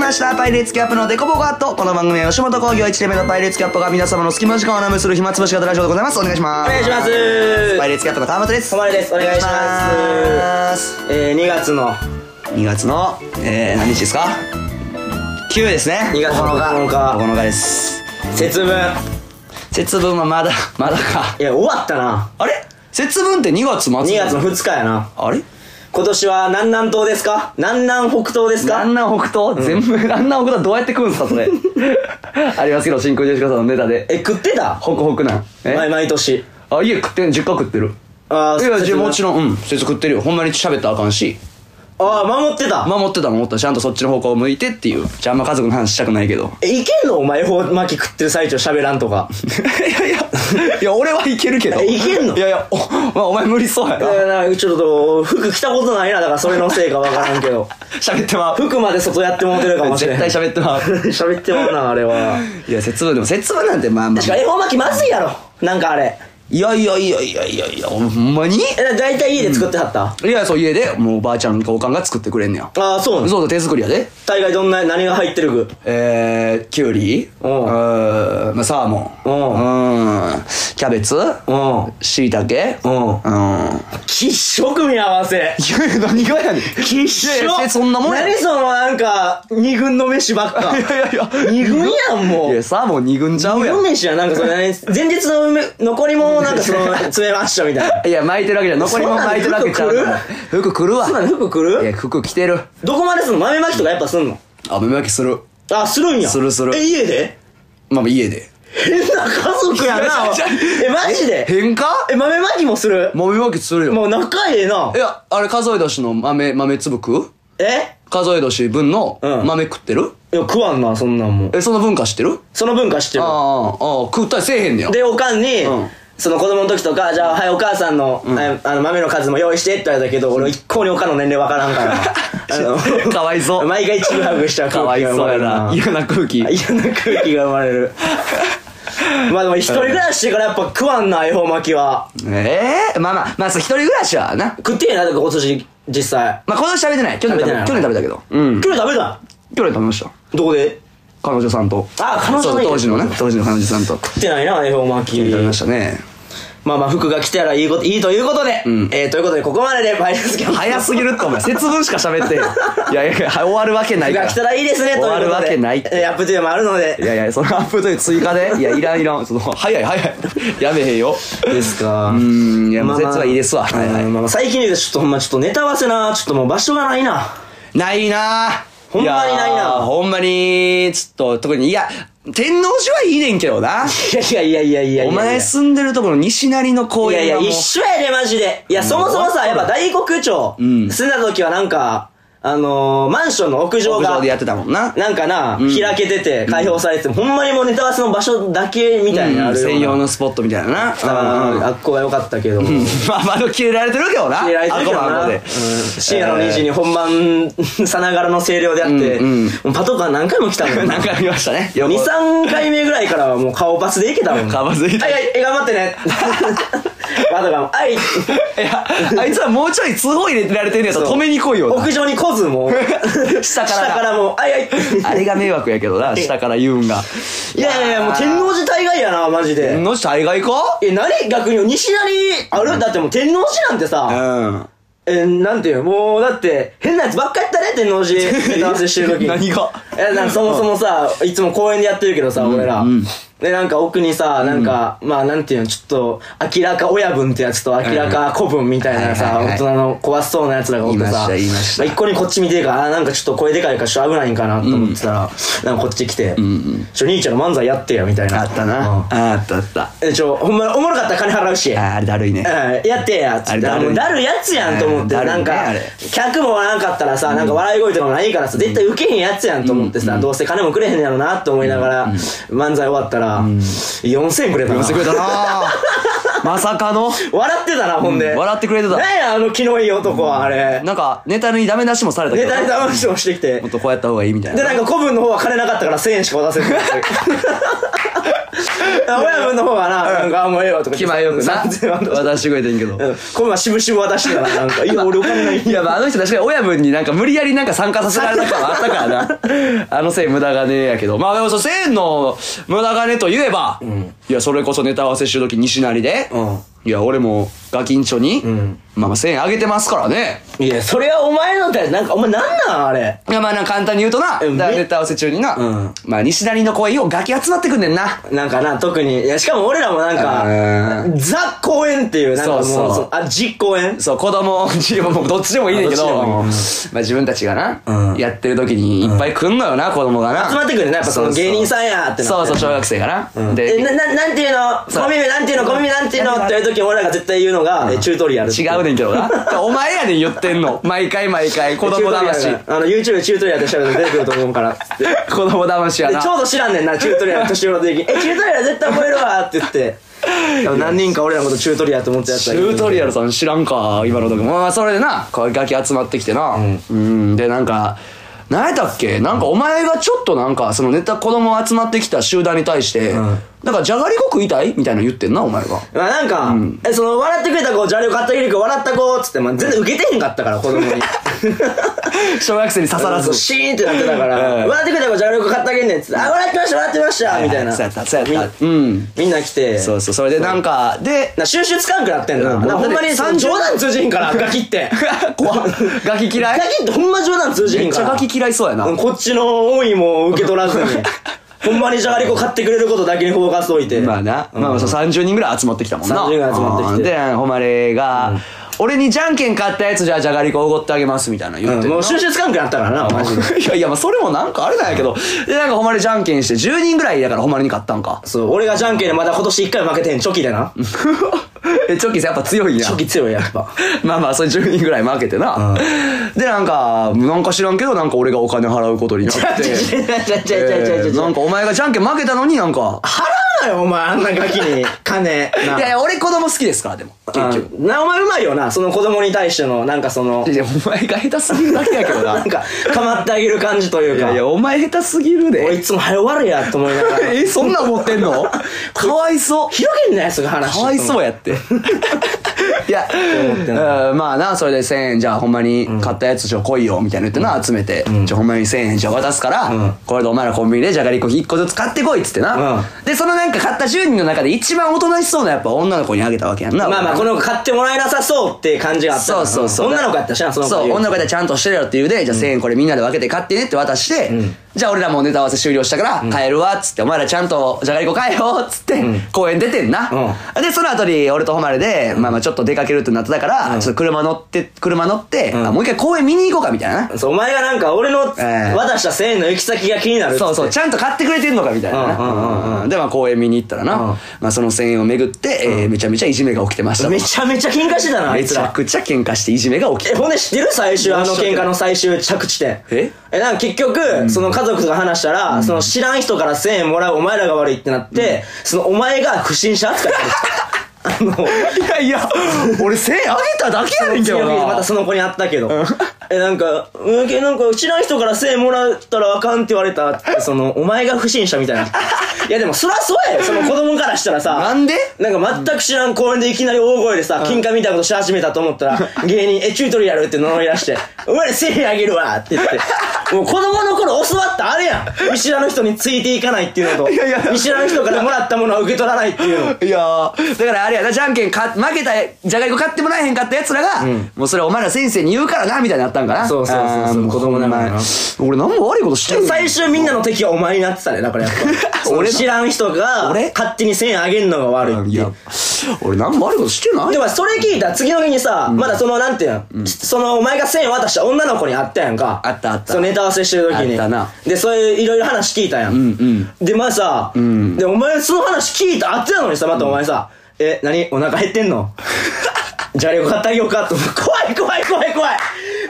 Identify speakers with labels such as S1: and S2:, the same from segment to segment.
S1: ましたパイレーツキャップのデコボコアットこの番組は吉本興業1年目のパイレーツキャップが皆様の隙間時間を穴埋めする暇つぶし型ラジオでございますお願いします
S2: お願いします
S1: パイレーツキャップの川本です
S2: 小丸ですお願いします
S1: す
S2: えー、2月の
S1: 2月の、えー、何日ですか9ですね
S2: 2月の9日
S1: 9日です
S2: 節分
S1: 節分はまだ まだか
S2: いや終わったな
S1: あれ節分って2月末2
S2: 2月の2日やな
S1: あれ
S2: 今年は南南東ですか南南北東です
S1: あ
S2: か
S1: んな北東、全部あんな北東どうやって食うんすかそれ ありますけど新婚女子さんのネタで
S2: え食ってた
S1: ホクホクなんえ、
S2: 毎毎年
S1: あ家食ってん実家食ってる
S2: あ
S1: い
S2: ー
S1: や
S2: 節
S1: じゃあ
S2: 分
S1: もちろんうん節食ってるよほんまに喋ったらあかんし
S2: ああ守ってた、
S1: 守ってたもん思ったちゃんとそっちの方向を向いてっていうじゃああんま家族の話したくないけど
S2: えいけんのお前恵方巻き食ってる最中喋らんとか
S1: いやいやいや俺はいけるけど
S2: えいけんの
S1: いやいやお,、まあ、お前無理そうや
S2: い
S1: な
S2: やなんかちょっと服着たことないなだからそれのせいかわからんけど
S1: 喋ってまう
S2: 服まで外やってもうてるかもしれ
S1: 絶
S2: ん
S1: 対喋ってまう
S2: 喋ってもうなあれはい
S1: や節分でも節分なんてまあま
S2: 確か
S1: あ
S2: 恵方巻きまずいやろなんかあれ
S1: いやいやいやいやいやいやほんまに
S2: えだ大体家で作ってはった、
S1: いやそう家でもうおばあちゃんかおかんが作ってくれんねや
S2: ああそうな
S1: そうそ
S2: の
S1: う手作りやで
S2: 大概どんな何が入ってる具
S1: えー、きゅうりう
S2: うん
S1: ーんまあサーモンうんキャベツ
S2: うん
S1: しいたけ
S2: うん
S1: うん
S2: きっしょ組み合わせ
S1: いやいや何がやねん
S2: きっし
S1: いやいや
S2: ょ
S1: そんなもんや
S2: 何そのなんか二軍の飯ばっか
S1: いやいや
S2: 二軍やんも
S1: いうやサーモン二軍ちゃう
S2: 二
S1: や
S2: 軍
S1: ん
S2: 飯やなんかそれ何前日の梅残り物をなんかその詰めましたみたいない
S1: や巻いてるわけじゃん残りもん巻いてるわけちゃうから服来るわ
S2: そうなの服来
S1: い
S2: る
S1: や服着てる
S2: どこまですんの豆まきとかやっぱすんの
S1: あ目巻きする
S2: あするんや
S1: するする
S2: え家で
S1: まあ家で
S2: 変な家族やなえマジで
S1: 変か
S2: え豆まきもする
S1: 豆巻きするよ
S2: もう仲ええない
S1: やあれ数え年の豆豆粒食う
S2: え
S1: 数え年分の
S2: うん
S1: 豆食ってる
S2: いや食わんなそんなんもう
S1: えその文化知ってる
S2: その文化知ってる
S1: ああああ食ったりせえへんねや
S2: でおかんに、
S1: うん
S2: その子供の時とかじゃあはいお母さんの,、ああの豆の数も用意してって言われたけど俺一向におかんの年齢わからんから あの
S1: かわいそう
S2: 毎回ちぐはぐしちゃう
S1: かわ
S2: 空
S1: い
S2: 気が生
S1: そ
S2: ま
S1: う
S2: れ
S1: や
S2: る
S1: な
S2: な
S1: 嫌な空気
S2: 嫌な空気が生まれるまあでも一人暮らししてからやっぱ食わんな恵方巻きは
S1: ええまあまあまあそう一人暮らしはな
S2: 食ってえなだから今年実際
S1: まあ今年食べてない去年食べ
S2: 食べてない
S1: 去年食べたけどうん
S2: 今日食べた
S1: 去年食べました
S2: どこで
S1: 彼女さんと
S2: あ彼女さん
S1: そう当時のね当時の彼女さんと
S2: 食ってないな恵方巻き
S1: 食べましたね
S2: まあまあ服が着たらいいこといいということで、
S1: ん
S2: えー、ということでここまででバイアスキャンプ
S1: 早すぎるってお前節分しか喋 ってんいやいやいや終わるわけない
S2: 服
S1: から
S2: が着たらいいですねという
S1: 終
S2: こと
S1: わ
S2: で
S1: るわけないって
S2: えーアップデートもあるので
S1: いやいやそのアップという追加でいやいらんいらんその早い早いやめへんよ
S2: ですかう
S1: ーんいやもう節はいいですわはいはい
S2: まあまあ最近で言うとちょっとほんまちょっとネタ合わせなちょっともう場所がないな
S1: ないなぁ
S2: ほんまにないなぁ
S1: やーほんまにちょっと特にいや天王寺はいいねんけどない
S2: やいやいやいやいやいや
S1: お前住んでるところ西成の公
S2: いやい
S1: 園
S2: や
S1: はもう
S2: 一緒やでマジでいやそもそもさやっぱ大黒町住んだ時はなんかあのーマンションの屋上
S1: 屋
S2: が
S1: 上でやってたもんな
S2: なんかな開けてて開放されててほんまにもうネタ合わせの場所だけみたいな
S1: うん
S2: あるような
S1: 専用のスポットみたいなな
S2: だから
S1: うんうん
S2: あっこが良かったけど
S1: まあ窓切れられてるけどな
S2: 入れられてるけど
S1: あの子もあの
S2: なうん
S1: 子で
S2: 深夜の2時に本番さながらの声量であって
S1: うんうん
S2: もうパトカー何回も来たもん
S1: えー
S2: な
S1: なんかありましたね横
S2: 23回目ぐらいからはもう顔パスでいけたもん
S1: 顔パスでいけた
S2: はいはいえ頑張ってねパトカーもはい
S1: いやあいつはもうちょい通報入れられてんねやったら 止めに来いよな
S2: 屋上に来ずもう
S1: 下からな
S2: 下からもうはいはい
S1: あれが迷惑やけどな下から言うんが
S2: いやいやいやもう天王寺大概やなマジで
S1: の大概か
S2: え何逆に西成あるだってもう天王寺なんてさ
S1: うん
S2: えなんていうもうだって変なやつばっかやったね天王寺ネタ合わせしてる 時
S1: 何が
S2: えなんかそもそもさいつも公園でやってるけどさ俺らでなんか奥にさなんかまあなんていうのちょっと明らか親分ってやつと明らか子分みたいなさ
S1: はいはいはい
S2: 大人の怖そうなやつらがおってさ
S1: いましたいました
S2: あ一個にこっち見てるからあなんかちょっと声でかいからちょっと危ないんかなと思ってたらなんかこっち来て「ちょ兄ちゃんの漫才やってや」みたいな
S1: あった
S2: うん
S1: なあったあった
S2: えちょほんまおもろかったら金払うし
S1: あーあれだるいね
S2: うんやってやつ
S1: あ
S2: っ
S1: れ
S2: て
S1: だるい
S2: もうだるやつやんと思って
S1: うんだ
S2: な
S1: るい
S2: ん
S1: ねあ
S2: か
S1: れ
S2: 客もおらんかったらさなんか笑い声とかもないからさ絶対ウケへんやつやんと思ってさどうせ金もくれへんやろなと思いながら漫才終わったら4000円くれたな
S1: 寄せてくれた なまさかの
S2: 笑ってたなほんで
S1: うん笑ってくれてた
S2: 何やあの気のいい男はあれ
S1: なんかネタにダメ出しもされたけ
S2: ネ
S1: ど
S2: タネタ話もしてきて
S1: もっとこうやった方がいいみたい
S2: で
S1: な
S2: なんか古文の方は金なかったから1000円しか渡せず親分の方がな、なんか、あ、もうええわとか
S1: 気
S2: 言って。
S1: 前よくな
S2: 3000万とか。
S1: 渡してくれてんけど
S2: うん。このましぶしぶ渡してたな、なんか。いや、俺お金ない。
S1: いや、まあ、あの人確かに親分になんか無理やりなんか参加させられた感はあったから な。あのせい無駄金やけど。まあでもそう、せんの無駄金といえば、いや、それこそネタ合わせしてるとき西成で、
S2: うん
S1: いや、俺もガキンチョに、
S2: ん
S1: まあまあ1000円あげてますからね。
S2: いや、それはお前のだよ。なんか、お前なんなんあれ。
S1: いや、まあなんか簡単に言うとな、だか
S2: うん
S1: らネタ合わせ中にな、
S2: うん
S1: まあ西成の声をガキ集まってくんねんな。
S2: なんかな、特に。いや、しかも俺らもな
S1: う
S2: んか、ザ公園っていう、なんかもう、
S1: そうそう
S2: そのあ、実公園
S1: そう、子供、自分もどっちでもいいねんけど、
S2: あど
S1: まあ
S2: っ
S1: 自分たちがな、
S2: うん
S1: やってる時にいっぱい来んのよな、子供がな。
S2: 集まってくるねやっぱその
S1: うう
S2: 芸人さんやってなって
S1: そうそう、小学生がな。で、
S2: え、な、な、なんていうの
S1: そう
S2: 小耳なんていうの小耳なんていうのっていう時俺らが絶対言うのが、えチュートリアル。
S1: 違うねんけどな。 お前やねん言ってんの。毎回毎回、子供騙し。
S2: あの、YouTube でチュートリアルで調べて出てくると思う から。で、
S1: 子供騙しやな
S2: ち。ょうど知らんねんな、チュートリアル、年頃の時に。え、チュートリアル絶対覚えるわって 言って。でも何人か俺らのことチュートリアルと思ってやつ
S1: チュートリア
S2: ル。
S1: ルさん知らんか、今の時も。まあ、それでな、こうガキ集まってきてな。うん。で、なんか、何やったっけなんかお前がちょっとなんか、そのネタ子供集まってきた集団に対して、
S2: ん
S1: なんかじゃがりこ食いたいみたいなの言ってんな、お前が。
S2: まあなんか、え、その、笑ってくれた子、じゃれを買ってくれる子、笑った子、つって、まあ全然受けてへんかっ たから、子供に。
S1: 小学生に刺さらず。
S2: シーンってなってたから、笑ってくれた子、じゃれを買ってあげんねん、つって。あ、笑ってました、笑ってました、みたいな。
S1: そうやった、そうやった。うん。
S2: みんな来て。
S1: そうそう、それでなんか、で、
S2: な収集つかんくなってんな。
S1: うん
S2: なほんまに
S1: だって
S2: 冗談通じひ んから、ガキって。
S1: 怖っガキ嫌い
S2: ガキってほんま冗談通じひ
S1: めっ
S2: んか
S1: ちゃ
S2: ら。
S1: ガキ嫌いそうやな。
S2: うんこっちの思いも受け取 らずに。ほんまにじゃがりこ買ってくれることだけにフォーカス置いて。
S1: まあな、まあまあそう30人ぐらい集まってきたもんな。
S2: 30人集まってきて
S1: うんで、ほまれが、俺にじゃんけん買ったやつじゃあじゃがりこおごってあげますみたいな言
S2: う
S1: っ
S2: ん
S1: てる
S2: も
S1: な
S2: う収集つかんくなったからな、マジで。
S1: いやいや、まあそれもなんかあれなんやけど、で、なんかほまれじゃんけんして10人ぐらいだからほまれに買ったんか。
S2: そう、俺がじゃんけんでまだ今年1回負けてへん、チョキでな。チ
S1: え、チョキさんやっぱ強いんや。
S2: ョキ強い、やっぱ。
S1: まあまあ、それ10人ぐらい負けてな。で、なんか、なんか知らんけど、なんか俺がお金払うことにな って。えーなんかお前がじゃんけん負けたのになんか。
S2: 払うなよ、お前、あんなガキに。金。
S1: い
S2: な
S1: やいや、俺子供好きですから、でも。結局。
S2: うんな、お前うまいよな、その子供に対しての、なんかその
S1: い、や、お前が下手すぎるだけやけどな。
S2: なんか、かまってあげる感じという
S1: い
S2: か。
S1: やいや、お前下手すぎる
S2: 俺
S1: で。
S2: いつも早終わるやと思いながら。
S1: え、そんなん持ってんの かわいそう。
S2: 広げんなやつが話。
S1: かわいそう
S2: や。
S1: やって。 いや、
S2: 思ってん
S1: うんまあな、それで1000円、じゃあほんまに買ったやつちょ、来いよ、みたいな言ってな、集めて、じゃあほんまに1000円、じゃあ渡すから、これでお前らコンビニでじゃがりこ1個ずつ買ってこいっつってな。
S2: うん
S1: で、そのなんか買った10人の中で一番おとなしそうなやっぱ女の子にあげたわけやんな。
S2: まあまあ、この子買ってもらえなさそうって感じがあったか
S1: そ
S2: ら。
S1: うそうそう。
S2: 女の子やったしな、その子
S1: そう、女の
S2: 子。
S1: 子やったらちゃんとしてるよって言うで、じゃあ1000円これみんなで分けて買ってねって渡して、じゃあ俺らもうネタ合わせ終了したから、帰るわ、っつって、お前らちゃんとじゃがりこ買えよ、っつって、公園出てんな。で、その後に俺と誉れで、まあまあちょっと出かけるってなってたから、ちょっと車乗って、車乗って、あもう一回公園見に行こうかみたいなな。
S2: そう、お前がなんか俺の
S1: ええ
S2: 渡した1000円の行き先が気になるっつって。
S1: そうそう、ちゃんと買ってくれてんのかみたいな
S2: うんうんうん
S1: な。で、まあ公園見に行ったらな、まあその1000円をめぐって、えーめちゃめちゃいじめが起きてましたと。
S2: めちゃめちゃ喧嘩してたな、あ
S1: め
S2: いつ
S1: ちゃ
S2: ら。
S1: くちゃ喧嘩していじめが起き
S2: え、
S1: て。
S2: ほんで知ってる最終、あの喧嘩の最終着地点。
S1: え
S2: え、なんか結局、その家族とか話したら、その知らん人から1000円もらうお前らが悪いってなって、そのお前が不審者扱いされ てたあの、
S1: いやいや、俺1000円あげただけやねんけど
S2: 次の日
S1: な。
S2: またその子に会ったけど。え、なんか、うん、けなんか、知らん人から1000円もらったらあかんって言われたって、その、お前が不審者みたいな。いや、でも、そらそうやよ、その子供からしたらさ。
S1: なんで
S2: なんか、全く知らん公園でいきなり大声でさ、喧嘩みたいなことし始めたと思っ たら、芸人、え、チュートリアルって名乗り出して、お前ら1000円あげるわって言って。もう子供の頃教わったあれやん見知らぬ人についていかないっていうのと
S1: いやいや
S2: 見知らぬ人からもらったものは受け取らないっていうの
S1: いやーだからあれやな、じゃんけんか、負けた、じゃがりこ買ってもらえへんかった奴らが、もうそれお前ら先生に言うからな、みたいになったんかな。
S2: そうそうそうそう
S1: あーも
S2: 子供ながらな
S1: 俺何も悪いことしてんの
S2: 最終みんなの敵はお前になってたねだからやっ ぱその
S1: 俺の
S2: 知らん人が
S1: 俺
S2: 勝手に1000円あげんのが悪いって
S1: い
S2: いう
S1: や、俺何も悪いことしてない
S2: でもそれ聞いたら次の日にさ、まだそのなんていうの、そのお前が1000円渡した女の子に会ったやんか
S1: あったあった
S2: そのネタ合わせしてる時に
S1: あったな
S2: でそういういろいろ話聞いたやん、でまあさ、でお前その話聞いたあってたのにさまたお前さ、え何お腹減って んのじゃがりこ買ってあげようかと怖い怖い怖い怖い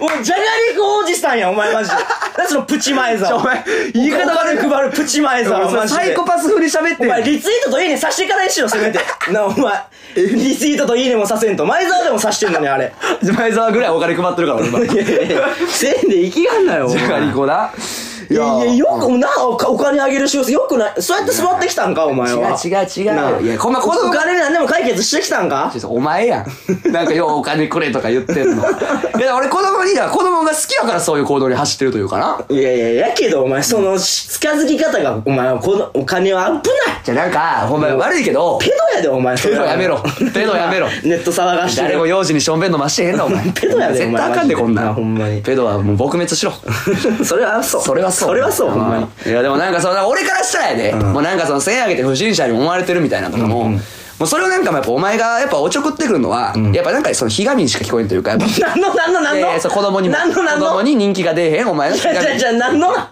S2: もうじゃがりこおじさんやんお 前マジで何そのプチ前座
S1: お前言い方悪
S2: 悪く配るプチ前座はマジで
S1: サイコパス風に喋っ
S2: お
S1: て
S2: 前
S1: ん
S2: リツイートといいねさしてからにしろせめて なあお前リツイートといいねもさせんと前澤でもさしてんのに あれ
S1: 前澤ぐらいお金配ってるから、俺今。
S2: いやいやいやせんでいきがんなよお
S1: じ
S2: 前
S1: ゃがりこな。
S2: いやいや、よ
S1: 違う
S2: く、なお、お金あげる習性よくない。そうやって育ってきたんか、お前は。
S1: 違う違
S2: なあ
S1: う。いや、こんな子
S2: お
S1: 供
S2: 金で何でも解決してきたんか
S1: お前やん。なんかようお金くれとか言ってん の。いや、俺子供に、だから子供が好きやからそういう行動に走ってるというかな。
S2: いやいや、やけど、お前、その、近づき方が、お前は、この、お金は危ない
S1: じゃあなんか、ほんま悪いけど、
S2: ペドやで、お前、それは
S1: ペドやめろペドやめろ
S2: ネット騒がしてる。
S1: 誰も用心にしょんべんのましてへんな、お前。
S2: ペドやで
S1: 絶対あかんで、
S2: お前
S1: こんなん。
S2: ほんまに
S1: ペドはもう撲滅 しろ。
S2: それはそう。
S1: それはそう。
S2: それはそう、ほんま に。
S1: いや、でもなんかその、俺からしたらやで、もうなんかその、1000あげて不審者に思われてるみたいなのとかも、もうそれをなんかやっぱお前がやっぱおちょくってくるのは、やっぱなんかその、ひがみにしか聞こえんというか、やっぱ。
S2: 何の、何の、何
S1: いやい
S2: の
S1: やそう子供にも
S2: 何の、何
S1: 子供
S2: の
S1: に人気が出えへんお前の
S2: じゃじゃじゃ、何の
S1: いやだ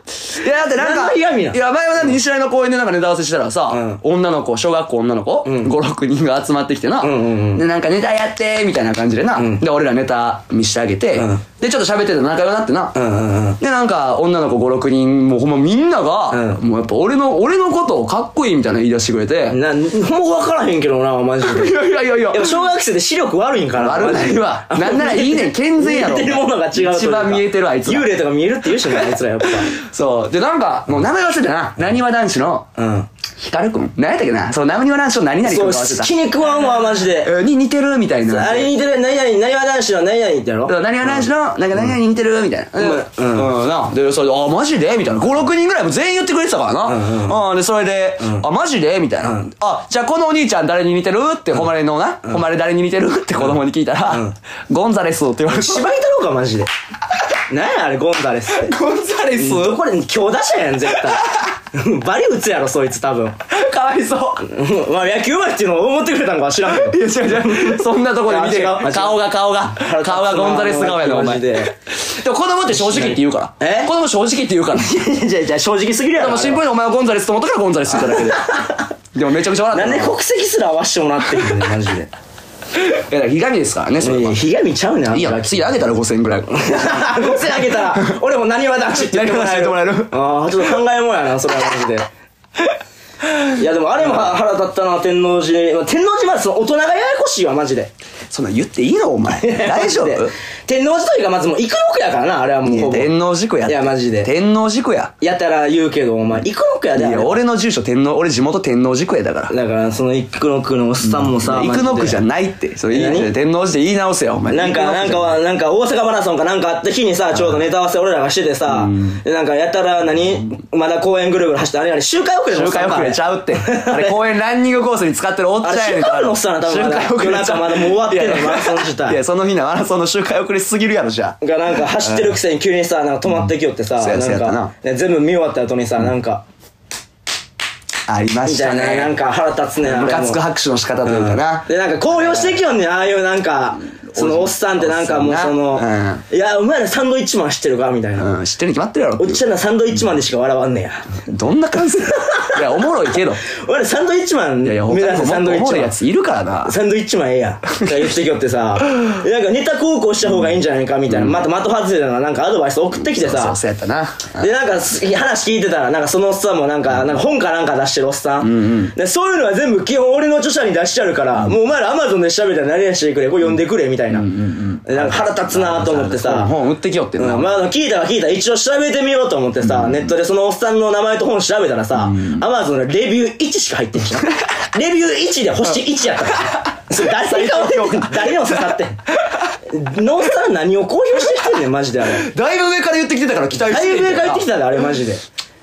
S1: ってなん
S2: 何
S1: か
S2: の嫌味なん
S1: いや前はだって西成の公園でなんかネタ合わせしたらさ、女の子小学校女の子、56人が集まってきてな、
S2: んうん
S1: でなんかネタやってみたいな感じでな、で俺らネタ見してあげて、
S2: ん
S1: でちょっと喋ってて仲良くなってな、
S2: うんうんうん。
S1: でなんか女の子56人もうほんまみんなが、
S2: う
S1: もうやっぱ俺の俺のことをかっこいいみたいな言い出してくれて、い
S2: な、ほんま分からへんけどな、マジ で。
S1: やいやいやいや
S2: やっぱ小学生で視力悪いんかな。
S1: 悪ないわ
S2: マジで
S1: なんならいいねん健全やろ
S2: 見えてるものが違うというか。
S1: 一番見えてるあいつら
S2: 幽霊とか見えるって言うしね、あいつらやっぱ。
S1: そうでなんかもう名前忘れたななにわ男子の
S2: うん。
S1: 光くん何やったっけなそうなにわ男子の何々くん
S2: そ
S1: か
S2: う、
S1: 忘れた
S2: 気に食わんわ、マジで。
S1: えーに似てるみたいな
S2: あれ似てる、何々、何わ男子の何々ってやろ
S1: だから何が何しの、なんか何が似てるみたいな。
S2: う
S1: うん。な。で、それで、あ、マジでみたいな。5、6人ぐらいも全員言ってくれてたからな。うん。で、それで、あ、マジでみたいな。あ、じゃあこのお兄ちゃん誰に似てるって、誉れのな、誉れ誰に似てるって子供に聞いたら、ゴンザレスって言われて。
S2: 芝居太郎か、マジで。何や、あれ、ゴンザレスって。
S1: ゴンザレス
S2: どこで強打者やん、絶対。 バリ打つやろ、そいつ多分。
S1: かわいそう。
S2: うんまあ、野球うまいっていうのを思ってくれたんかは知らんけど。
S1: いや、違う 違 う。そんなとこで見てる
S2: あ違うあ違う
S1: 顔が顔が。
S2: 腹立つな
S1: 顔がゴンザレス顔やで、お
S2: マ
S1: 前。
S2: ジ
S1: で
S2: で
S1: も子供って正直って言うから。
S2: え
S1: 子供正直って言う から。
S2: じゃあ、じゃあ正直すぎるや
S1: で
S2: ろ。
S1: もシンプルにお前はゴンザレスと思ったからゴンザレスって言っただけ で。でもめちゃくちゃ笑った
S2: な
S1: な。
S2: んで国籍すら合わしてもらってんのね、マジ で。
S1: いや、だからひがみですからね、それ
S2: い
S1: は
S2: や、。ひがみちゃうねん、あ
S1: いい
S2: んた
S1: や、
S2: ら。
S1: 次あげたら5000円ぐ らい。い
S2: 5000あげたら、俺も何は男子って言ってもらえる。
S1: 何話しても
S2: ああ、ちょっと考えもんやな、それはマジで。いや、でもあれも腹立ったな、天王寺。まあ天王寺までその大人がややこしいわ、マジで。
S1: そんなん言っていいのお前。大丈夫
S2: マジで天王寺というか、まずもう、育六やからな、あれはもうほ ぼ。
S1: 天皇寺区やって。
S2: いやマジで
S1: 天皇寺区や。
S2: やたら言うけど、お前、育六や
S1: い
S2: で。あれ
S1: や、俺の住所天皇、俺地元天皇寺区やだから。
S2: だから、その育六のおっさんもさ、マジ
S1: 生
S2: で
S1: 野区じゃないって。それいい
S2: え何
S1: 天皇寺で言い直せよ、お前。
S2: なんか、なんかは、なんか大阪マラソンかなんかあった日にさ、ちょうどネタ合わせ俺らがしててさ、でなんかやたら何、まだ公園ぐるぐる走って、あれあれ周回遅れのお
S1: 周
S2: っさ
S1: 回
S2: んか
S1: 遅れちゃうって。あれ、公園ランニングコースに使ってるおっちゃんやねん
S2: あれ周回遅れのおっさんやな多分まだ
S1: 周回遅れちゃう
S2: 夜中まだもう終わって
S1: い
S2: んの
S1: やいや
S2: マラソン自体
S1: いや、その日のマラソンの周回遅れすぎるやろ、じゃあ。
S2: がなんか走ってるくせに急にさ、なんか止まってきよってさ、
S1: そうやそう
S2: な
S1: や
S2: んか、ね全部見終わった後にさ、なんか、
S1: ありま
S2: み
S1: した
S2: たいな、なん
S1: ね。
S2: か腹立つねん、あれも
S1: ムカつく拍手の仕方というかな。
S2: で、なんか公表してきよんねん、ああいうなんか、そのおっさんってなんかもうそ
S1: おっ
S2: の
S1: さんな、
S2: いや、お前らサンドイッチマン知ってるかみたいな。
S1: うん、知ってるに決まってるやろって
S2: お
S1: い
S2: っ
S1: う。
S2: ちゃんらサンドイッチマンでしか笑わんねや。
S1: どんな感想いや、おもろいけど。
S2: 俺らサンドイッチマン
S1: い
S2: 目
S1: やいや、
S2: 指
S1: 他に
S2: せ
S1: も
S2: サン
S1: も
S2: ド
S1: っ
S2: イ
S1: とおも
S2: ッチ
S1: ろい
S2: マン
S1: や。ついるからな。
S2: サンドイッチマンええ やん。とか言ってきよってさ、なんかネタ高校した方がいいんじゃないかみたいな、また的外れだな、なんかアドバイス送ってきて
S1: そ
S2: さ
S1: う、そうやったな。
S2: で、なんかす話聞いてたら、なんかそのおっさんもなんか、なんか本かなんか出してるおっさん。で、そういうのは全部基本俺の著者に出しちゃうから、もうお前らアマゾンで調べたら何やしてくれ、これ読んでくれ、みたいな。でなんか腹立つなと思ってさ、
S1: 本売ってきよってんな。
S2: うんまああの、聞いたは聞いた一応調べてみようと思ってさ、ネットでそのおっさんの名前と本調べたらさ、アマゾンのレビュー1しか入ってんじゃん レビュー1で星1やったからそれ誰が俺って 誰にも刺さってんノースター何を公表してきてんねんマジであれ
S1: だいぶ上から言ってきてたから期待
S2: だ
S1: して
S2: いぶ上から言ってき
S1: た。
S2: たであれマジで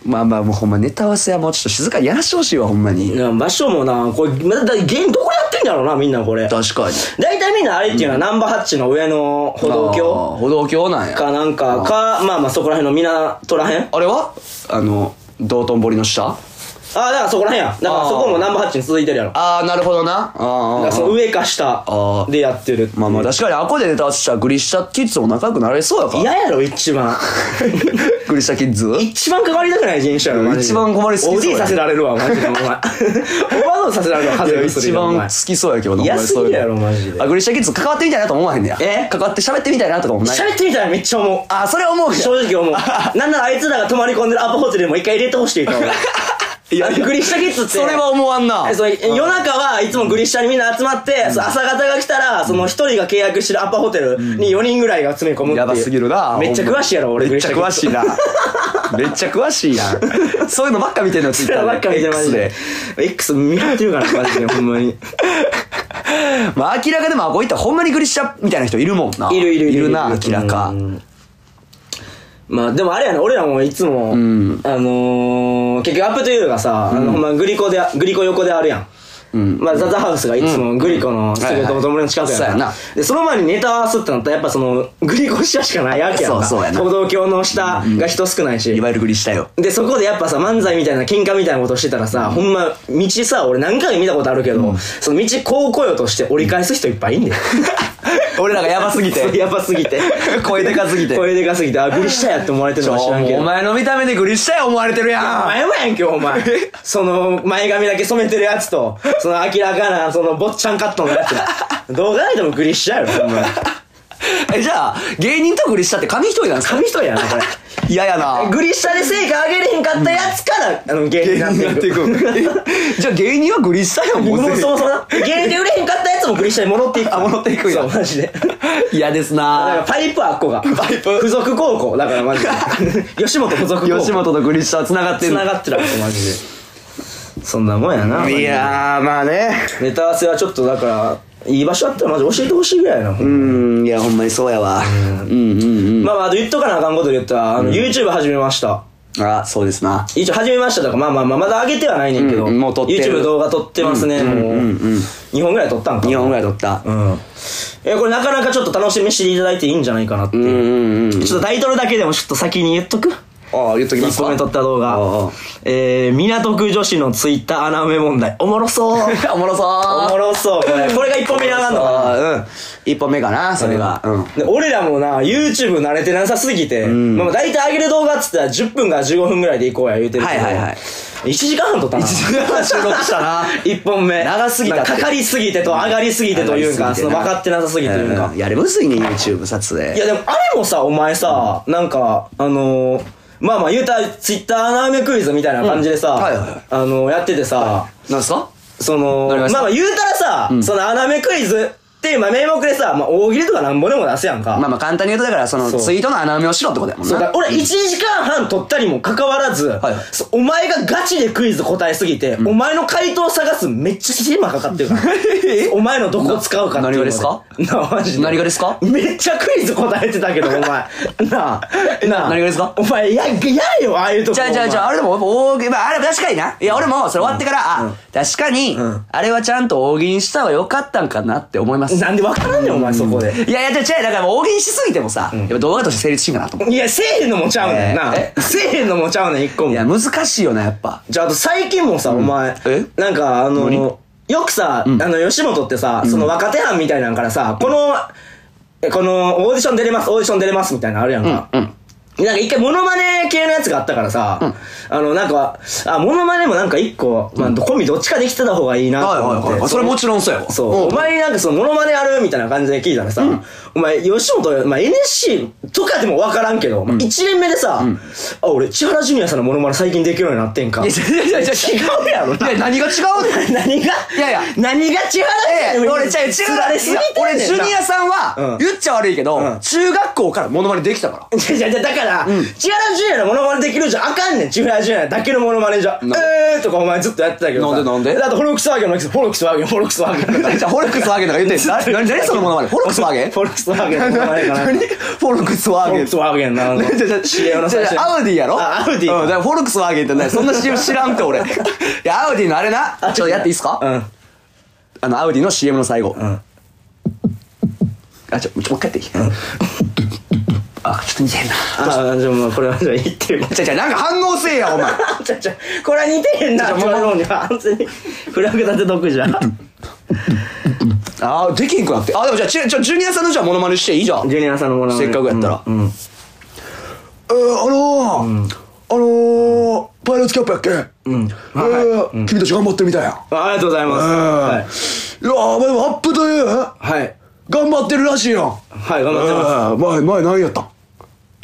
S1: まあまあ、もうほんまネタ合わせはもうちょっと静かにやらしてほしいわ、ほんまに。
S2: うん場所もなこれまだ原因どこでやってんだろうなみんなこれ
S1: 確かに。
S2: 大体みんなあれっていうのは、ナンバーハッチの上の歩道
S1: あー
S2: 橋
S1: 歩道橋なんや。
S2: かなんかかまあまあそこら辺の港らへん
S1: あれはあの、道頓堀の下
S2: ああ、だからそこらへんや。だからそこもナンバーハッチに続いてるやろ。だか
S1: ああ、なるほどな。あーあ
S2: ら
S1: ー。
S2: その上か下
S1: あー
S2: でやってる。
S1: まあまあ、確かにあこでネタ合わせしたらグリッシャキッズも仲良くなれそうやから。
S2: 嫌やろ、一番。
S1: グリッシャキッズ
S2: 一番関わりたくない人種やろ、マジで
S1: 一番困りすぎそう
S2: お
S1: や
S2: じいさせられるわ、マジで、お前。オーバードさせられるわ、
S1: い
S2: 外
S1: や
S2: れる
S1: 一番好きそうやけどな
S2: 嫌
S1: お前そう
S2: すぎるやろ
S1: いうの
S2: マジで
S1: あグリッシャキッズ関わってみたいなと思わへんねや
S2: え
S1: 関わって喋ってみたいなとかもない
S2: 喋ってみたらめっちゃ思う。
S1: あそれは思うけど
S2: 正直思う。なんならあいつらが泊まり込んでるアパホテルにも一回入れてほしいと思う。
S1: いや
S2: あのグリッシャキッズって。
S1: それは思わんな
S2: えそう夜中はいつもグリッシャにみんな集まって、そう朝方が来たら、その一人が契約してるアパホテルに4人ぐらいが詰め込むっていう。
S1: やばすぎるな
S2: めっちゃ詳しいやろ、俺、
S1: めっちゃ詳しい
S2: な。
S1: なめっちゃ詳しい やんそういうのばっか見てんのツイッター
S2: ばっか見てマジで。X 見張ってるから、マジで、ほんまに。
S1: まあ明らかでもあこういったほんまにグリッシャみたいな人いるもん ない
S2: いるいる
S1: いるな明らか
S2: うんまあでもあれやね、俺らもいつも、
S1: ん
S2: あのー、結局アップというがさ、あのほんまグリコで、グリコ横であるやん。
S1: うん
S2: まあ、ザザハウスがいつもグリコのすぐ
S1: はいはい
S2: 友の近くやから、
S1: そうやな
S2: でその前にネタ合わすってなったらやっぱそのグリコ下しかないわけやんか
S1: そうそうやな
S2: 歩道橋の下が人少ないし、
S1: いわゆるグリッシャよ
S2: でそこでやっぱさ漫才みたいな喧嘩みたいなことしてたらさ、ほんま道さ俺何回も見たことあるけど、その道こう来ようとして折り返す人いっぱいいんねん
S1: 俺らがやばすぎて
S2: やばすぎて
S1: 声でかすぎて
S2: 声でかすぎてあグリ下やって思われてる
S1: ち
S2: の
S1: ょ
S2: は知らんけ
S1: もう
S2: ど
S1: お前の見た目でグリッシャよ思われてる
S2: お
S1: や
S2: 前もやんけ、お 前。その、前髪だけ染めてるやつと、その明らかな、その、坊っちゃんカットのやつ。動画でもグリッシャやろ、お前。
S1: んえじゃあ芸人とグリッシャって紙一重なんですか
S2: 紙一重やな、これ。
S1: 嫌やな
S2: グリッシャで成果上げれへんかったやつから、あの、芸
S1: 芸
S2: 人に
S1: 人
S2: な
S1: にな
S2: っ
S1: ってて
S2: い
S1: い
S2: く。
S1: くじゃあ芸人はグリッシャよもう
S2: もう
S1: 全
S2: そ
S1: 然
S2: もそもな、芸人で売れへんかったやつもグリッシャに戻っていく。
S1: あ戻っていくんや
S2: そう、マジで。
S1: 嫌です
S2: だか
S1: な
S2: らパイプはあっこが。
S1: パイプ
S2: 付属高校。だからマジ で。吉本付属高校。
S1: 吉本とグリッシャは繋がってんの
S2: 繋がってるわけ、マジで。そんなもんやな。マジで
S1: いやーまあね
S2: ネタ合わせはちょっとだからいい場所あったらマジ教えてほしいぐらいな、
S1: うんいやほんまにそうやわうんうんうん
S2: まあまああと言っとかなあかんことで言ったらあの YouTube 始めました
S1: あそうですな
S2: 一応始めましたとかまあまあまあまだ上げてはないねんけど、
S1: うんもう撮ってる
S2: YouTube 動画撮ってますね、もう、2本ぐらい撮ったんか
S1: 2本ぐらい取った
S2: うんえこれなかなかちょっと楽しみにしていただいていいんじゃないかなって
S1: うん
S2: いう、
S1: うんうん
S2: ちょっとタイトルだけでもちょっと先に言っとく
S1: ああ言っときます
S2: 1
S1: か
S2: 本目撮った動画
S1: おうおう
S2: えー、港区女子のツイッター穴埋め問題おもろそう
S1: おもろそう
S2: おもろそうこれこれが1本目に上がんのかな
S1: あうん1本目かなそれがうん
S2: で俺らもな YouTube 慣れてなさすぎて、まあまあ大体上げる動画っつったら10分から15分ぐらいでいこうや言うてるけど
S1: はいはいはい
S2: 1時間半撮ったな1
S1: 時間半収録したな
S2: 1本目
S1: 長すぎた
S2: ま
S1: っ
S2: あ
S1: て
S2: かかりすぎてと上がりすぎてというかその分かってなさすぎてというか、
S1: んやれむずいね YouTube 撮影
S2: いやでもあれもさお前さ、なんかあのーまあまあ言うたら Twitter 穴埋めクイズみたいな感じでさ、
S1: うんはいはいはい
S2: あのーやっててさ、
S1: なんすか
S2: その、
S1: なり
S2: ま
S1: ま
S2: あ
S1: した
S2: まあ言うたらさ、その穴埋めクイズっていうまあ名目でさ、まあ大喜利とかなんぼでも出すやんか。
S1: まあまあ簡単に言うとだからその
S2: そう
S1: ツイートの穴埋めをしろってことやもん
S2: そう
S1: な
S2: だ俺1時間半撮ったにもかかわらず、
S1: はい
S2: そお前がガチでクイズ答えすぎて、お前の回答探すめっちゃ手間かかっ てるからお前のどこ使うかってい
S1: な何が
S2: うのですかなあマジで
S1: 何がですか
S2: めっちゃクイズ答えてたけどお 前なあなあ
S1: 何がですか
S2: お前ややれよああいうとこ
S1: じゃあじゃあじゃあ、あれでもやっぱ大喜利、まああれ確かにな。いや、俺もそれ終わってから、あ、確かに、あれはちゃんと大喜利にした方が良かったんかなって思いま
S2: お
S1: す。
S2: 前
S1: い
S2: なんでわからんねんお前そこで
S1: やいや、じゃあ違う、だからもう大喜利しすぎてもさ、やっぱ動画として成立しんかなと思う。
S2: いやせえへんのもちゃうねんな
S1: え
S2: せえへんのもちゃうねん一個も
S1: いや、難しいよな、やっぱ。
S2: じゃあ、あと最近もさ、お前
S1: え、
S2: なんかあの、よくさ、あの、吉本ってさ、その若手班みたいなんからさ、この、えこの、オーディション出れます、オーディション出れますみたいなのあるやんか。
S1: うんうん
S2: なんか一回モノマネ系のやつがあったからさ、あの、なんか、あ、モノマネもなんか一個、まあ、コンビどっちかできてた方がいいなと思って。
S1: それもちろんそうやわ。
S2: そう、お前になんかそのモノマネあるみたいな感じで聞いたらさ、お前吉本、まあ、NSC とかでも分からんけど、1年目でさ、あ俺千原ジュニアさんのモノマネ最近できるようになってんか
S1: いや、いやいやいや、
S2: 違うやろない
S1: や、何が違うねん。
S2: 何が
S1: いやいや
S2: 何が千原
S1: え
S2: ジュニア
S1: 俺、じゃあ、違
S2: 釣られすぎ
S1: う
S2: てんねん
S1: 俺、
S2: な
S1: ジュニアさん
S2: うん
S1: は、言っちゃ悪いけ
S2: う
S1: ど
S2: ん、
S1: 中学校からモノマネできたから。
S2: いやいやいやだから、千原ジュニアのモノマネできるじゃあかんねん。千原ジュニアだけのモノマネじゃ。
S1: な
S2: えーとかお前ずっとやってたけど
S1: な
S2: さ。
S1: んでなんで
S2: だってホロクスワーゲンの、ホロクスワーゲン、ホロクスワーゲン。
S1: じゃあ、ホルクスワーゲンとか言って んだ何何そのモノマネホルクスワーゲン
S2: ホロクスワーゲンのモノマネかな
S1: 何フォルクスワー
S2: フォ
S1: ゲ
S2: ル
S1: ン
S2: クスワーゲンなの。
S1: じゃじゃ
S2: CM の最初に
S1: アウディやろ
S2: あアウディ
S1: うん、だからフォルクスワーゲンって何そんな CM 知らんって 俺。いや、アウディのあれな。ちょっとやっていいっすか
S2: うん。
S1: あの、アウディの CM の最後。
S2: ん
S1: あ、ちょ、もう一回やっていいあ、ちょっと似てんな。
S2: ああ、じゃあもうこれはじゃあ言ってる。
S1: じゃじゃなんか反応せえや、お前。
S2: ちゃちゃ、これは似てへんな、
S1: ちょ
S2: ち
S1: ちょ
S2: ょには。完全にフラグ立て毒じゃん。
S1: あー、できんくなって。あ、でもじゃあ、ちょ、ちょジュニアさんのじゃあモノマネしていいじゃん。
S2: ジュニアさんのもの
S1: せっかくやったら
S2: うん。うん
S1: えー、あのー、あのー、パイロットキャップやっけうん。えー、君たち頑張ってるみたいやん。
S2: あありがとうございます。はい。
S1: いやー、でもアップという、
S2: はい。
S1: 頑張ってるらしいよ。
S2: はい、頑張ってます。
S1: えー前、前何位やったん
S2: い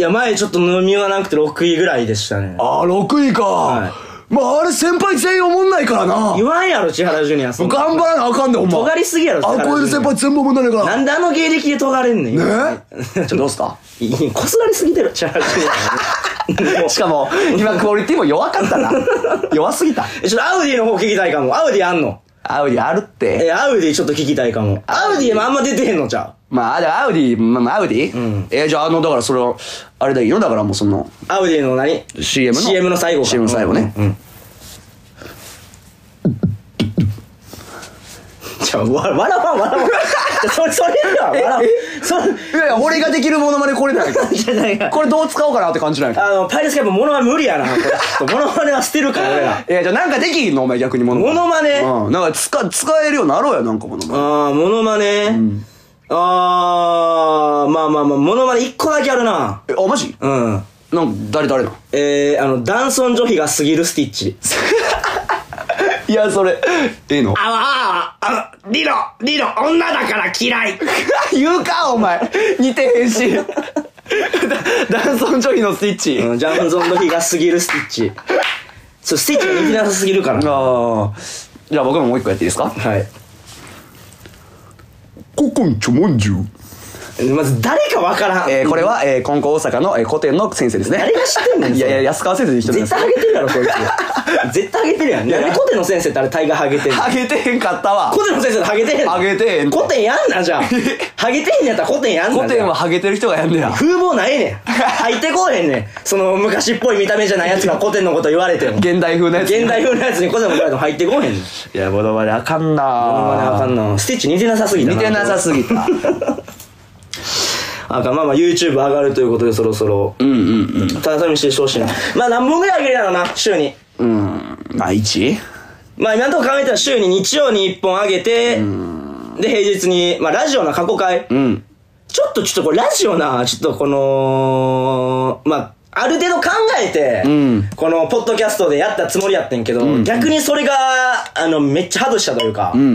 S2: や、前ちょっと飲みはなくて6位ぐらいでしたね。
S1: あー、6位か。
S2: はい
S1: まあ、あれ先輩全員おもんないからな。
S2: 言わんやろ、千原ジュニアさん。
S1: 頑張らなあかんで、ほんま。
S2: 尖りすぎやろ
S1: あ、
S2: 千原
S1: こういう先輩全部おもんないから。
S2: なんであの芸歴で尖れんねん。
S1: ねえちょ、どうす か
S2: いいこすられすぎてる、千原ジュニア。もう
S1: しかも、今クオリティも弱かったな。弱すぎた。
S2: えちょっとアウディの方聞きたいかも。アウディあんの
S1: アウディあるって。
S2: え、アウディちょっと聞きたいかも。アウディもあんま出てへんのちゃ
S1: まあ、あれアウディ、まあまあ、アウディ、えーじゃあ、あの、だからそれは、あれだよ。だからもうその、
S2: うアウディの何
S1: CM の。
S2: CM の最後か
S1: CM の最後ね。
S2: うん。うんちょ、わ、笑わん、笑わん。それ、それや わ、笑わん。それ、
S1: いやいや、俺ができるものまねこれなんやけど
S2: じゃない か。
S1: これどう使おうかなって感じなんやけど
S2: あの、パイレスキャップ、モノマネ無理やな、これ。ちょっと、モノマネは捨てるから、俺ら。
S1: いや、じゃあなんかできんのお前逆にもの
S2: モノマネ
S1: うん。なんか使、使えるようになろうよ、なんかものまね。
S2: ああ、モノマネ。ああ、まあまあまあ、モノマネ一個だけあるな。
S1: え、あ、マジ
S2: うん。
S1: なんか、誰誰なん
S2: えー、あの、男尊女卑が過ぎるスティッチ。
S1: いや、それ、ええの
S2: あわあわ、あの、リロ、リロ、女だから嫌い。
S1: 言うか、お前。似てへんし。 男尊女卑のスイッチ。
S2: うん、男尊女卑が過ぎるスティッチ。そう、スティッチが人気なさすぎるから。
S1: あ
S2: は
S1: あ。じゃあ僕ももう一個やっていいですか
S2: い。
S1: ココンチョモンジュ。
S2: まず、誰かわからん。
S1: えー、これは、えー、金光大阪の、えー、古典の先生ですね。
S2: 誰が知ってんねん
S1: いやい
S2: そ
S1: や、
S2: れ
S1: 安川先生で一人なんで
S2: 絶
S1: す
S2: 対ハゲてるやろ、こいつ。絶対ハゲてるやん。なんでコテの先生ってあれ、大概ハゲてる
S1: ハゲてへんかったわ。
S2: コテの先生ってハゲてへんの
S1: ハゲてへん
S2: コテやんな、じゃあ。ハゲてへんやったらコテやんな。
S1: 古典はハゲてる人がやんねや。
S2: 風貌ないねん。入ってこうへんねん。その昔っぽい見た目じゃないやつが古典のこと言われても。
S1: 現代風のやつ。
S2: 現代風のやつに古典のこと入ってこうへんねん。
S1: いや、モノマネあかんな
S2: あまああかんな。スティッチ似てなさすぎた
S1: 似てなさすぎた。
S2: あかん。まあまあ YouTube 上がるということでそろそろ。うんうんうん。楽しみにしてほしいな。まあ何本ぐらい上げるやろうな、週に。
S1: うん。まあ、1?
S2: まあ今のところ考えたら週に日曜に1本上げて、で平日に、まあラジオの過去回。
S1: うん。
S2: ちょっとちょっとこれラジオな、ちょっとこの、まあ、ある程度考えて、
S1: ん
S2: このポッドキャストでやったつもりやってんけど、逆にそれが、あの、めっちゃ外したというか、
S1: うんうんう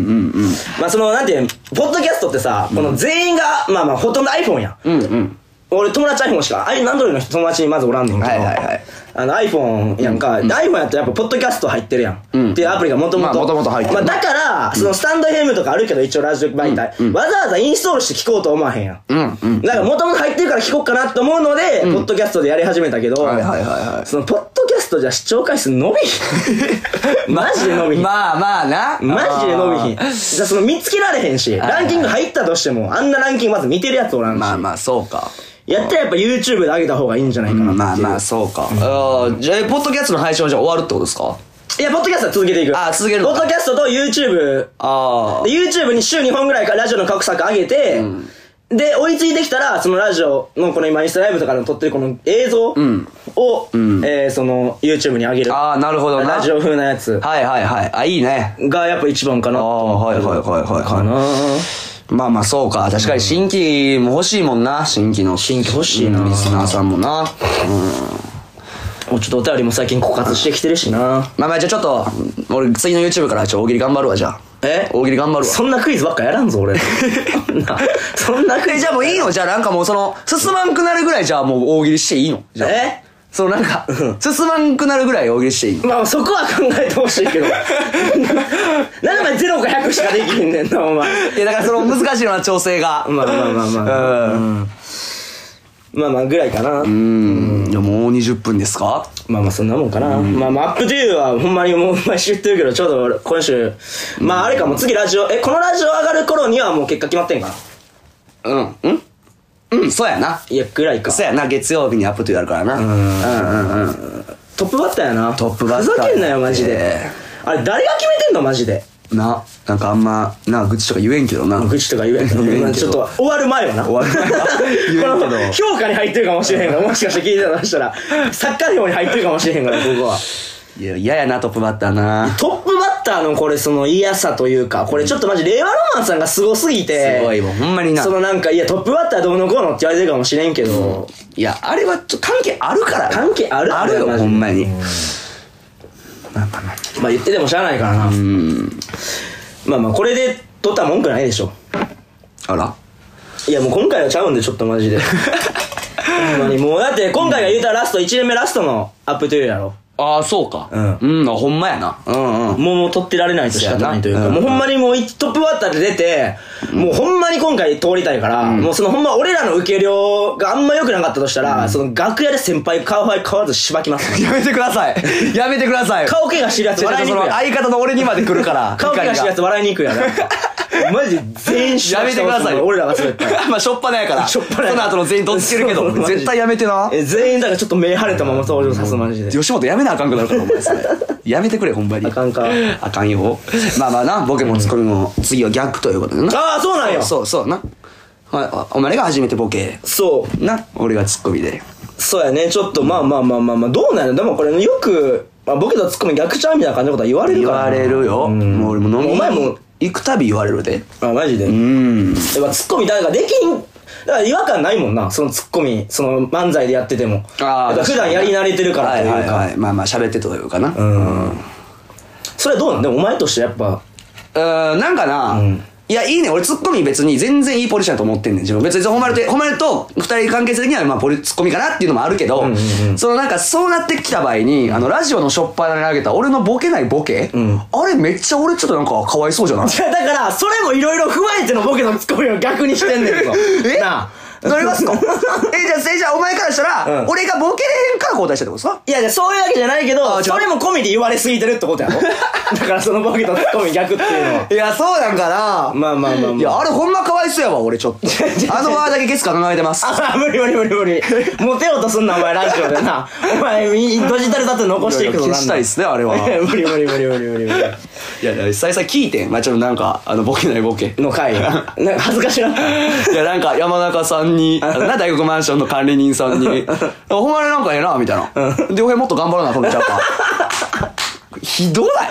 S1: ん。
S2: まあその、なんていうのポッドキャストってさ、この全員が、まあまあほとんど iPhone やん。
S1: うんうん。
S2: 俺友達 iPhone しか、あれ何ドルの友達にまずおらんねんけど、
S1: はいはいはい
S2: あの iPhone やんか、で iPhone やったらやっぱポッドキャスト入ってるやん、
S1: ん
S2: っていうアプリがもとも
S1: まあ
S2: と
S1: 元々入ってる
S2: まあ、だから、そのスタンド FM とかあるけど一応ラジオ媒体、わざわざインストールして聞こうと思わへんやん、
S1: うんうん。
S2: だからもともと入ってるから聞こうかなと思うので、ポッドキャストでやり始めたけど、
S1: はいはいはいは
S2: そのポッドキャストじゃ視聴回数伸び ひんマジで伸びひん、
S1: まあまあな。
S2: マジで伸びひん
S1: あ
S2: じゃあその見つけられへんし、
S1: はいはい
S2: ランキング入ったとしてもあんなランキングまず見てるやつおらん
S1: ー
S2: し、
S1: まあまあ、そうか。
S2: やったらやっぱ YouTube で上げた方がいいんじゃないかなっていう、
S1: まあまあ、そうか。あーじゃあ、ポッドキャストの配信はじゃあ終わるってことですか
S2: いやポッドキャストは続けていく
S1: あ続けるの
S2: ポ
S1: か
S2: ッドキャストと YouTube
S1: あ
S2: で YouTube に週2本ぐらいからラジオの各作上げて、で、追いついてきたら、そのラジオのこの今インスタライブとかの撮ってるこの映像を、えーその YouTube に上げる。
S1: あ。ああ、なるほどな。
S2: ラジオ風なやつ
S1: はいはいはい。あ、いいね。
S2: がやっぱ一番か
S1: あ
S2: な。
S1: あ、はいはいはいはい
S2: か
S1: は。
S2: ない
S1: まあまあ、そうか。確かに新規も欲しいもんな。新規の。
S2: 新規欲しいな
S1: うんリスナーさんもな。うん。
S2: もうちょっとお便りも最近枯渇してきてるしな。
S1: まあまあ、じゃあちょっと、俺次の YouTube からちょっと大喜利頑張るわ、じゃあ。
S2: え
S1: 大喜利頑張るわ。
S2: そんなクイズばっかやらん ぞ、俺。そんなそんなクイ
S1: え、
S2: ズ。
S1: じゃあもういいのじゃあなんかもうその、進まんくなるぐらいじゃあもう大喜利していいのじゃあ。
S2: え
S1: そのなんか、進まんくなるぐらい大喜利していいの
S2: まあそこは考えてほしい けど。なんでお前0か100しかできへんねんな、お前。
S1: いやだからその難しいのは調整が。
S2: まあまあまあまあ。
S1: うん。
S2: まあまあぐらいかな。
S1: うん。いやもう20分ですか
S2: まあまあそんなもんかな。まあまあアップデューはほんまにもう毎週言ってるけど、ちょうど俺今週、まああれかも次ラジオ、え、このラジオ上がる頃にはもう結果決まってんかな
S1: うん。うんうん、そうやな。
S2: いや、ぐらいか。
S1: そうやな、月曜日にアップとやるからな。うんうんうん。
S2: トップバッターやな。
S1: トップバッター
S2: ふざけんなよ、マジで
S1: え。
S2: あれ誰が決めてんの、マジで。
S1: な、なんかあんま、な、愚痴とか言えんけどな。
S2: 愚痴とか言えんけど
S1: 言えんけど
S2: まあちょっと終わる前はな。
S1: 終わる前は言えんけど
S2: この評価に入ってるかもしれへんから、もしかして聞いてたとしたら、サッカー票に入ってるかもしれへんから、ここは。
S1: いや、嫌やな、トップバッターな。
S2: トップバッターのこれその嫌さというか、これちょっとマジ令和ロマンさんがすごすぎて。
S1: すごいもうほんまにな
S2: そのなんか、いやトップバッターどうのこうのって言われてるかもしれんけど、
S1: いや、あれはちょっと関係あるから。
S2: 関係ある
S1: ある
S2: マ
S1: よ、
S2: ジで
S1: ほんまに。
S2: まあ言っててもしゃあないからな。まあまあこれで取ったら文句ないでしょ。
S1: あら
S2: いやもう今回はちゃうんでちょっとマジで。ほんまにもうだって今回が言うたらラスト、1年目ラストのアップトゥーやろ。
S1: ああ、そうか。
S2: うん
S1: うん、あほんまやな。うんうん。
S2: もうもう取ってられないと仕方ないというか、
S1: そうやな
S2: もう
S1: うん。
S2: ほんまにもう一トップバッターで出て、もうほんまに今回通りたいから、もうそのほんま俺らの受け量があんま良くなかったとしたら、その楽屋で先輩顔輩変わらずしばきます
S1: やめてくださ い。やめてください。
S2: 顔怪我してるやつ
S1: ちょっと
S2: 笑い
S1: そ
S2: に
S1: の
S2: 行くやん。
S1: 相方の俺にまで来るから。
S2: 顔怪我してるやつ笑いに行く やん。マジで全員し
S1: やめてください。
S2: 俺らがそれやった ら。
S1: まあ、しょっぱなやから。
S2: しょっぱなや
S1: その後の全員どっつけるけ
S2: そ
S1: ど
S2: う、マジで
S1: 絶対やめてな。
S2: え全員だからちょっと目腫れたまま登場さすマジで。
S1: 吉本やめなあかんくなるから、お前それ。やめてくれ、ほんまに。
S2: あかんか。
S1: あかんよ。まあまあな、ボケもツッコミも、次は逆ということでな。
S2: ああ、そうなんよ。そう。
S1: そうそうな。はいおお前が初めてボケ。な、俺がツッコミで。
S2: そうやね、ちょっとまあまあまあまあまあ、どうなんやろでもこれよく、まあ、ボケとツッコミ逆ちゃうみたいな感じのことは言われる
S1: 言
S2: から
S1: われるよ。
S2: ん
S1: もう俺も飲み
S2: お前も、
S1: 行くたび言われるで。
S2: あ、マジで。
S1: う
S2: やっ
S1: ん。
S2: ぱツッコミ、だからできん、だから違和感ないもんな、そのツッコミ、その漫才でやってても。
S1: あ
S2: やっぱ
S1: あ。
S2: 普段やり慣れてるからと
S1: はいいう
S2: か。
S1: はいはい。まあまあ、喋ってというかな。
S2: うん。それはどうなんでもお前としてやっぱ、
S1: うーん、なんかな、
S2: うん
S1: いや、いいねん。俺、ツッコミ別に全然いいポジションやと思ってんねん。自分別に褒まれて、褒まれると、二人関係性的には、まあ、ポリツッコミかなっていうのもあるけど、
S2: うんうんうん
S1: そのなんか、そうなってきた場合に、あの、ラジオのしょっぱなに上げた俺のボケないボケ、
S2: ん
S1: あれ、めっちゃ俺ちょっとなんか、かわいそうじゃない。
S2: いや、だから、それもいろいろ踏まえてのボケのツッコミを逆にしてんねん ぞ
S1: え
S2: なあ。
S1: 乗りますかえ、じゃあ、えじゃあ、お前からしたら、
S2: うん
S1: 俺がボケれへんから交代したってことですか
S2: いや、いやそういうわけじゃないけ
S1: あ違
S2: ど、
S1: う
S2: それも込みで言われすぎてるってこと やろだからそのボケとツッコミ逆っていうのは。
S1: いや、そうなんかな
S2: まあまあまあまあ
S1: いや、あれほんまかわいそうやわ、俺ちょっと。あの場だけゲス考えてます。
S2: あ、無理無理無理無理。モテようとすんな、お前、ラジオでな。お前、みドジタルだって残していくぞ
S1: いやいや消したいっすねあれは
S2: 無理無理無理無理無理無理。
S1: いや、久々聞いてん。まあ、ちょっとなんか、あの、ボケないボケ。
S2: の回。なんか恥ずかしなった。
S1: いや、なんか、山中さんに、あのな、大学マンションの管理人さんに、あほんまになんかええな、みたいな。で、おへもっと頑張らなあかんのちゃうか。ひどない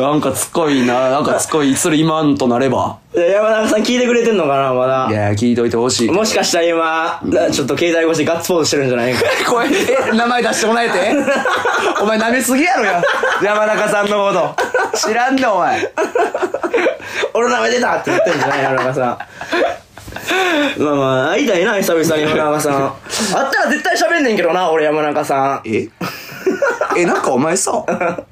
S1: なんかつっこいな、なんかつっこい、それ今んとなれば。
S2: いや山中さん聞いてくれてんのかな、ま
S1: い
S2: だ。
S1: や、聞いといてほしい。
S2: もしかしたら今、なちょっと携帯越しでガッツポーズしてるんじゃないか。
S1: 声え名前出してもらえて お前舐めすぎやろや山中さんのこと知らんでお前
S2: 俺の名前出たって言ってんじゃない花岡さんまあまあ会いたいな久々に花岡さん会ったら絶対喋んねんけどな俺山中さん
S1: え えなんかお前さ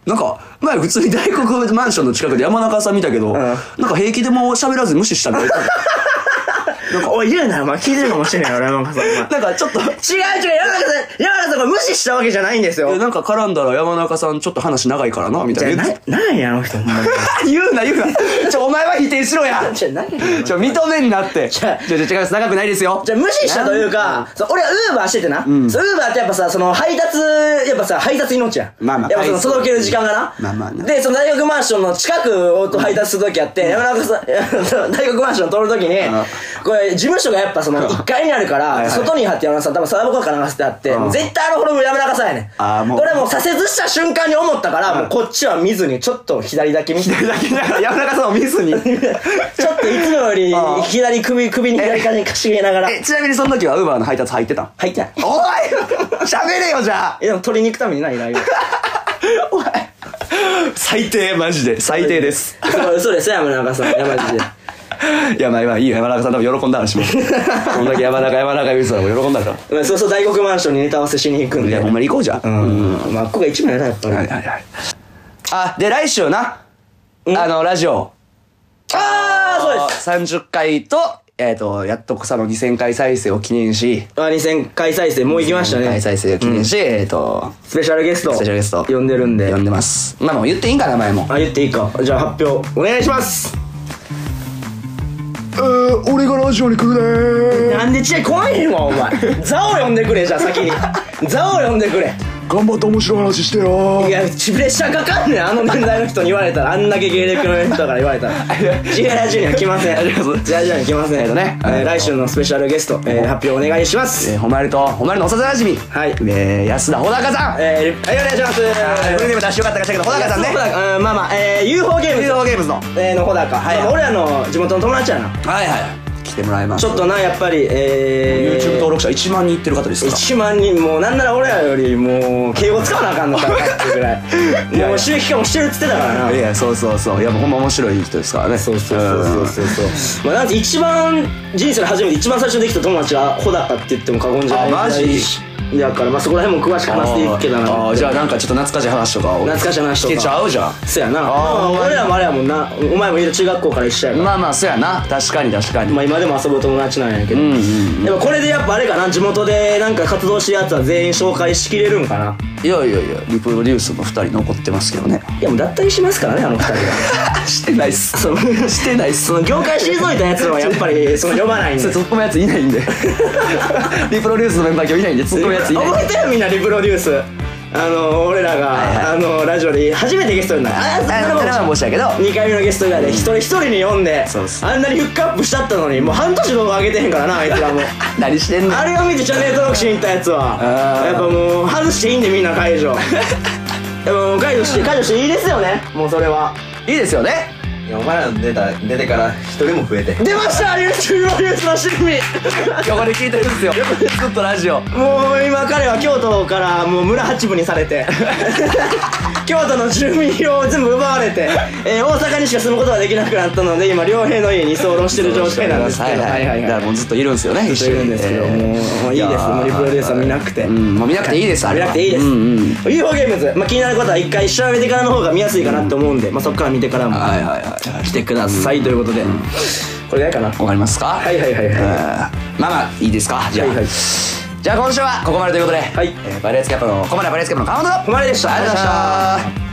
S1: なんか前普通に大黒マンションの近くで山中さん見たけど、なんか平気でもう喋らず無視したんだよ
S2: なんかおい言うなよお前聞いてるかもしれない俺山中さんお前
S1: なんかちょっと
S2: 違う違う山中さん山中さんが無視したわけじゃないんです
S1: え
S2: よ
S1: なんか絡んだら山中さんちょっと話長いからなみ
S2: じ
S1: た
S2: ゃ
S1: い
S2: な
S1: な言って
S2: なんやあの人ほんまに
S1: 言うな言うなちょお前は否定しろ や
S2: じゃ何や
S1: ちょ認めんなって
S2: じゃあ
S1: じゃあじゃあ違います長くないですよ
S2: じゃあ無視したというか、そう俺はウーバーしててな。そうウーバーってやっぱさ、その配達、やっぱさ、配達命やん。
S1: まあまあ
S2: やっぱその
S1: 配送
S2: 届ける時間がな。
S1: まあまあな
S2: で、その大学マンションの近くを配達するときあって、山中さん、 大学マンション通るときに
S1: ん、
S2: これ事務所がやっぱその1階にあるか
S1: いは
S2: ら、
S1: い
S2: 外に貼って山中さん、多分サーブ効果流してあって
S1: ん、
S2: 絶対あのフォルム山中さんやねん。
S1: あーもう
S2: これもう左折した瞬間に思ったから、もうこっちは見ずに、ちょっと左だけ見て。
S1: だけだ から山中さんを見ずに
S2: ちょっといつもより
S1: うん
S2: 左首、首に左肩にかしげながら。
S1: えちなみにその時はウーバーの配達入ってたん
S2: 入ってない。
S1: おい 喋れよじゃあ
S2: え、でも取りに行くためにない、ライブ。
S1: お前最低マジで最低です。
S2: そう嘘です、山中さん。山中で。
S1: いやまあ今いい よ山中さん多分喜んだ 話もこんだけ山中山中言うてたらもう喜んだから
S2: まあ、そうそう、大黒マンションにネタ合わせしに行くん
S1: い
S2: で。
S1: やほんまに行こうじゃあ
S2: うん。まあ、ここが一番やな、やっぱり。
S1: はいはいはいあで来週な
S2: うん
S1: あのラジオ
S2: あー、そうです。
S1: 30回とえっとやっと草の2000回再生を記念し
S2: あ、2000回再生、もう行きました
S1: 2000
S2: ね
S1: 回。再生を記念しえっと
S2: スペシャルゲスト。
S1: スペシャルゲスト
S2: 呼んでるんで
S1: 呼。んでますまあもう言っていいんかな前も
S2: あ、言っていいか。じゃあ、発表、お願いします。
S1: 俺がラジオに来るね
S2: なんでちっちゃい、怖いねんわ、お前。ザを呼んでくれ、じゃあ、先に。ザを呼んでくれ。
S1: 頑張って面白い話してよ
S2: いや、プレッシャーかかんねん、あの年代の人に言われたら、あんだけ芸歴の人から言われたら。ジェラジュニア来ません。ジェラジュニア来ません。
S1: ね
S2: えー来週のスペシャルゲスト、えー発表お願いします。
S1: えー、ほまると、ほまるの幼馴染み。
S2: はい
S1: えー、安田穂高さん。え
S2: えー、はい、お願いします。
S1: ー、フルネーム出してよかったかしたけど、穂高さんね。
S2: ね。うん、まあまあ、えー、UFO ゲームズ。
S1: UFO ゲームズの
S2: えー、のほだか。
S1: はい
S2: まあ俺らの地元の友達やな。
S1: はいはい。来てもらいます。
S2: ちょっとな、やっぱり、えー、
S1: YouTube 登録者1万人いってる方ですから。
S2: 1万人もうなんなら俺らよりもう敬語使わなあかんのかなっていうぐら
S1: いや
S2: いもう収益化もしてるっつってたからない
S1: や、そうそうそう。いや、もうほんま面白い人ですからね。
S2: そうそうそうそうそうそうまあなんて一番人生で初めて一番最初にできた友達は穂高って言っても過言じゃ
S1: あ
S2: ない
S1: マジ
S2: ぐらいだからまあそこら辺も詳しく話していくけどな
S1: あーじゃあなんかちょっと懐かしい話とかを
S2: 懐かしい話とか
S1: 聞けちゃうじゃん
S2: そやな
S1: あー
S2: まあ俺らもあれやもんなお前もいる中学校から一緒やから、
S1: まあまあそうやな確かに確かに、
S2: まあ、今でも遊ぶ友達なんやけど、
S1: うんうん
S2: でもこれでやっぱあれかな地元でなんか活動してるやつは全員紹介しきれるんかない
S1: やいやいやリプロデュースの2人残ってますけどね
S2: いやもう脱退しますからねあの二人は
S1: してないっすしてないっす
S2: その業界退いたやつらはやっぱりその呼ばないん
S1: そ
S2: で
S1: れツッコむやついないん でリプロデュースのメンバー今日いないんでツッコむやついない
S2: 覚えてるみんなリプロデュースあの俺らが、
S1: いはい
S2: あのラジオで初めてゲストになった
S1: あそれは申し訳ないけど
S2: 2回目のゲスト以外で一人一人に呼んで
S1: そうです
S2: あんなにフックアップしちゃったのにもう半年動画上げてへんからなあいつ らも
S1: 何してんの
S2: あれを見てチャンネル登録しに行ったやつは
S1: あー
S2: やっぱもう外していいんでみんな解 除やっぱもう解除して解除していいですよねもうそれはい
S1: いですよね
S3: いやお前らの出た出てから一人も増えてへん
S2: 出ましたリプロデュースの趣味
S1: 今日これ聞いてるんです よずっとラジオ
S2: もう今彼は京都からもう村八分にさ れて京都の住民を全部奪われて、えー大阪にしか住むことができなくなったので今両平の家に居候してる状態なんですけど
S1: はいはいはいだからもうずっといるんですよね
S2: ずっといるんですけどもうもういいですもうリプロデュースは見なくて
S1: うんもう見なくていいですあ
S2: 見
S1: れは
S2: なくていいです、
S1: うんうん
S2: UFO ゲームズ、まあ、気になることは一回調べてからの方が見やすいかなと思うんで、まあ、そこから見てからも
S1: はいはいはい
S2: 来てください、ということで、これぐらいかな
S1: わかりますかはい
S2: はいはいはい
S1: まあまあいいですかじゃあ、
S2: はいはい
S1: じゃあ今週はここまでということで、
S2: はい
S1: えーバレエスキャップのここまではバレエスキャップの川本と
S2: ここまででした
S1: ありがとうございました